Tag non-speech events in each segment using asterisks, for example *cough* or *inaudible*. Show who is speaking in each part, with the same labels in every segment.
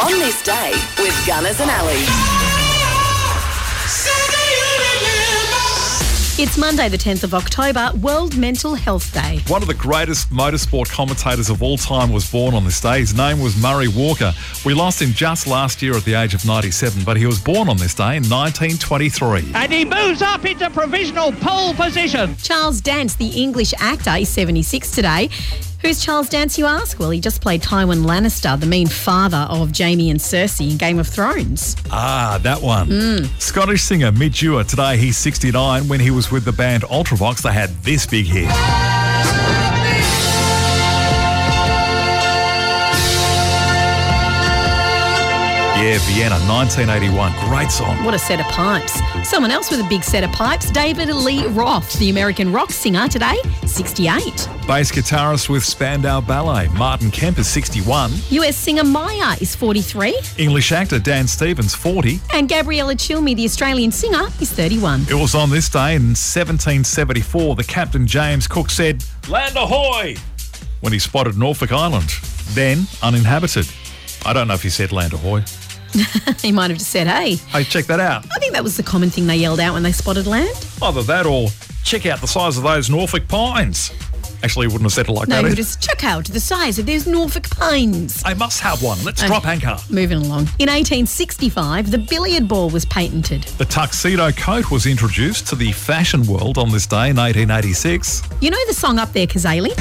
Speaker 1: on this day with Gunners and Allies.
Speaker 2: It's Monday, the 10th of October, World Mental Health Day.
Speaker 3: One of the greatest motorsport commentators of all time was born on this day. His name was Murray Walker. We lost him just last year at the age of 97, but he was born on this day in 1923.
Speaker 4: And he moves up into provisional pole position.
Speaker 2: Charles Dance, the English actor, is 76 today. Who's Charles Dance, you ask? Well, he just played Tywin Lannister, the mean father of Jamie and Cersei in Game of Thrones.
Speaker 3: Ah, that one. Scottish singer Mitch Ewer. Today he's 69. When he was with the band Ultravox, they had this big hit. Yeah, Vienna, 1981. Great song.
Speaker 2: What a set of pipes. Someone else with a big set of pipes, David Lee Roth, the American rock singer, today, 68.
Speaker 3: Bass guitarist with Spandau Ballet, Martin Kemp is 61.
Speaker 2: US singer Maya is 43.
Speaker 3: English actor Dan Stevens, 40.
Speaker 2: And Gabriella Chilmi, the Australian singer, is 31. *laughs*
Speaker 3: It was on this day in 1774 the Captain James Cook said, Land ahoy! when he spotted Norfolk Island, then uninhabited. I don't know if he said land ahoy.
Speaker 2: He might have just said, hey.
Speaker 3: Hey, check that out.
Speaker 2: I think that was the common thing they yelled out when they spotted land.
Speaker 3: Either that or check out the size of those Norfolk pines. Actually, he wouldn't have said it like
Speaker 2: No,
Speaker 3: that.
Speaker 2: you
Speaker 3: either.
Speaker 2: just check out the size of those Norfolk pines.
Speaker 3: I must have one. Let's drop anchor.
Speaker 2: Moving along. In 1865, the billiard ball was patented.
Speaker 3: The tuxedo coat was introduced to the fashion world on this day in 1886.
Speaker 2: You know the song Up There, Kazali?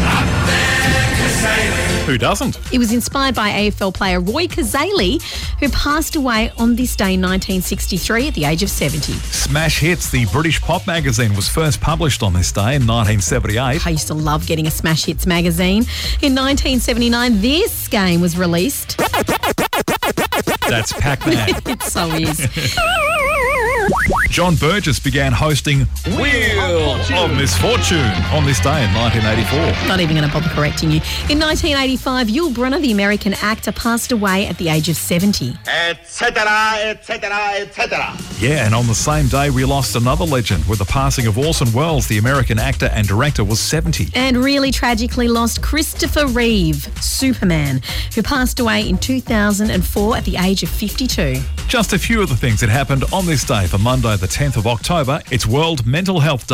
Speaker 3: Who doesn't?
Speaker 2: It was inspired by AFL player Roy Kazali, who passed away on this day in 1963 at the age of 70.
Speaker 3: Smash Hits, the British pop magazine, was first published on this day in 1978.
Speaker 2: I used to love getting a Smash Hits magazine. In 1979, this game was released.
Speaker 3: That's Pac Man.
Speaker 2: It so is. *laughs*
Speaker 3: John Burgess began hosting Wheel of Misfortune on this day in 1984.
Speaker 2: Not even going to bother correcting you. In 1985, Yul Brynner, the American actor, passed away at the age of 70.
Speaker 5: etcetera, etcetera, etcetera.
Speaker 3: Yeah, and on the same day, we lost another legend with the passing of Orson Welles. The American actor and director was 70.
Speaker 2: And really tragically lost Christopher Reeve, Superman, who passed away in 2004 at the age of 52.
Speaker 3: Just a few of the things that happened on this day for Monday, the 10th of October. It's World Mental Health Day.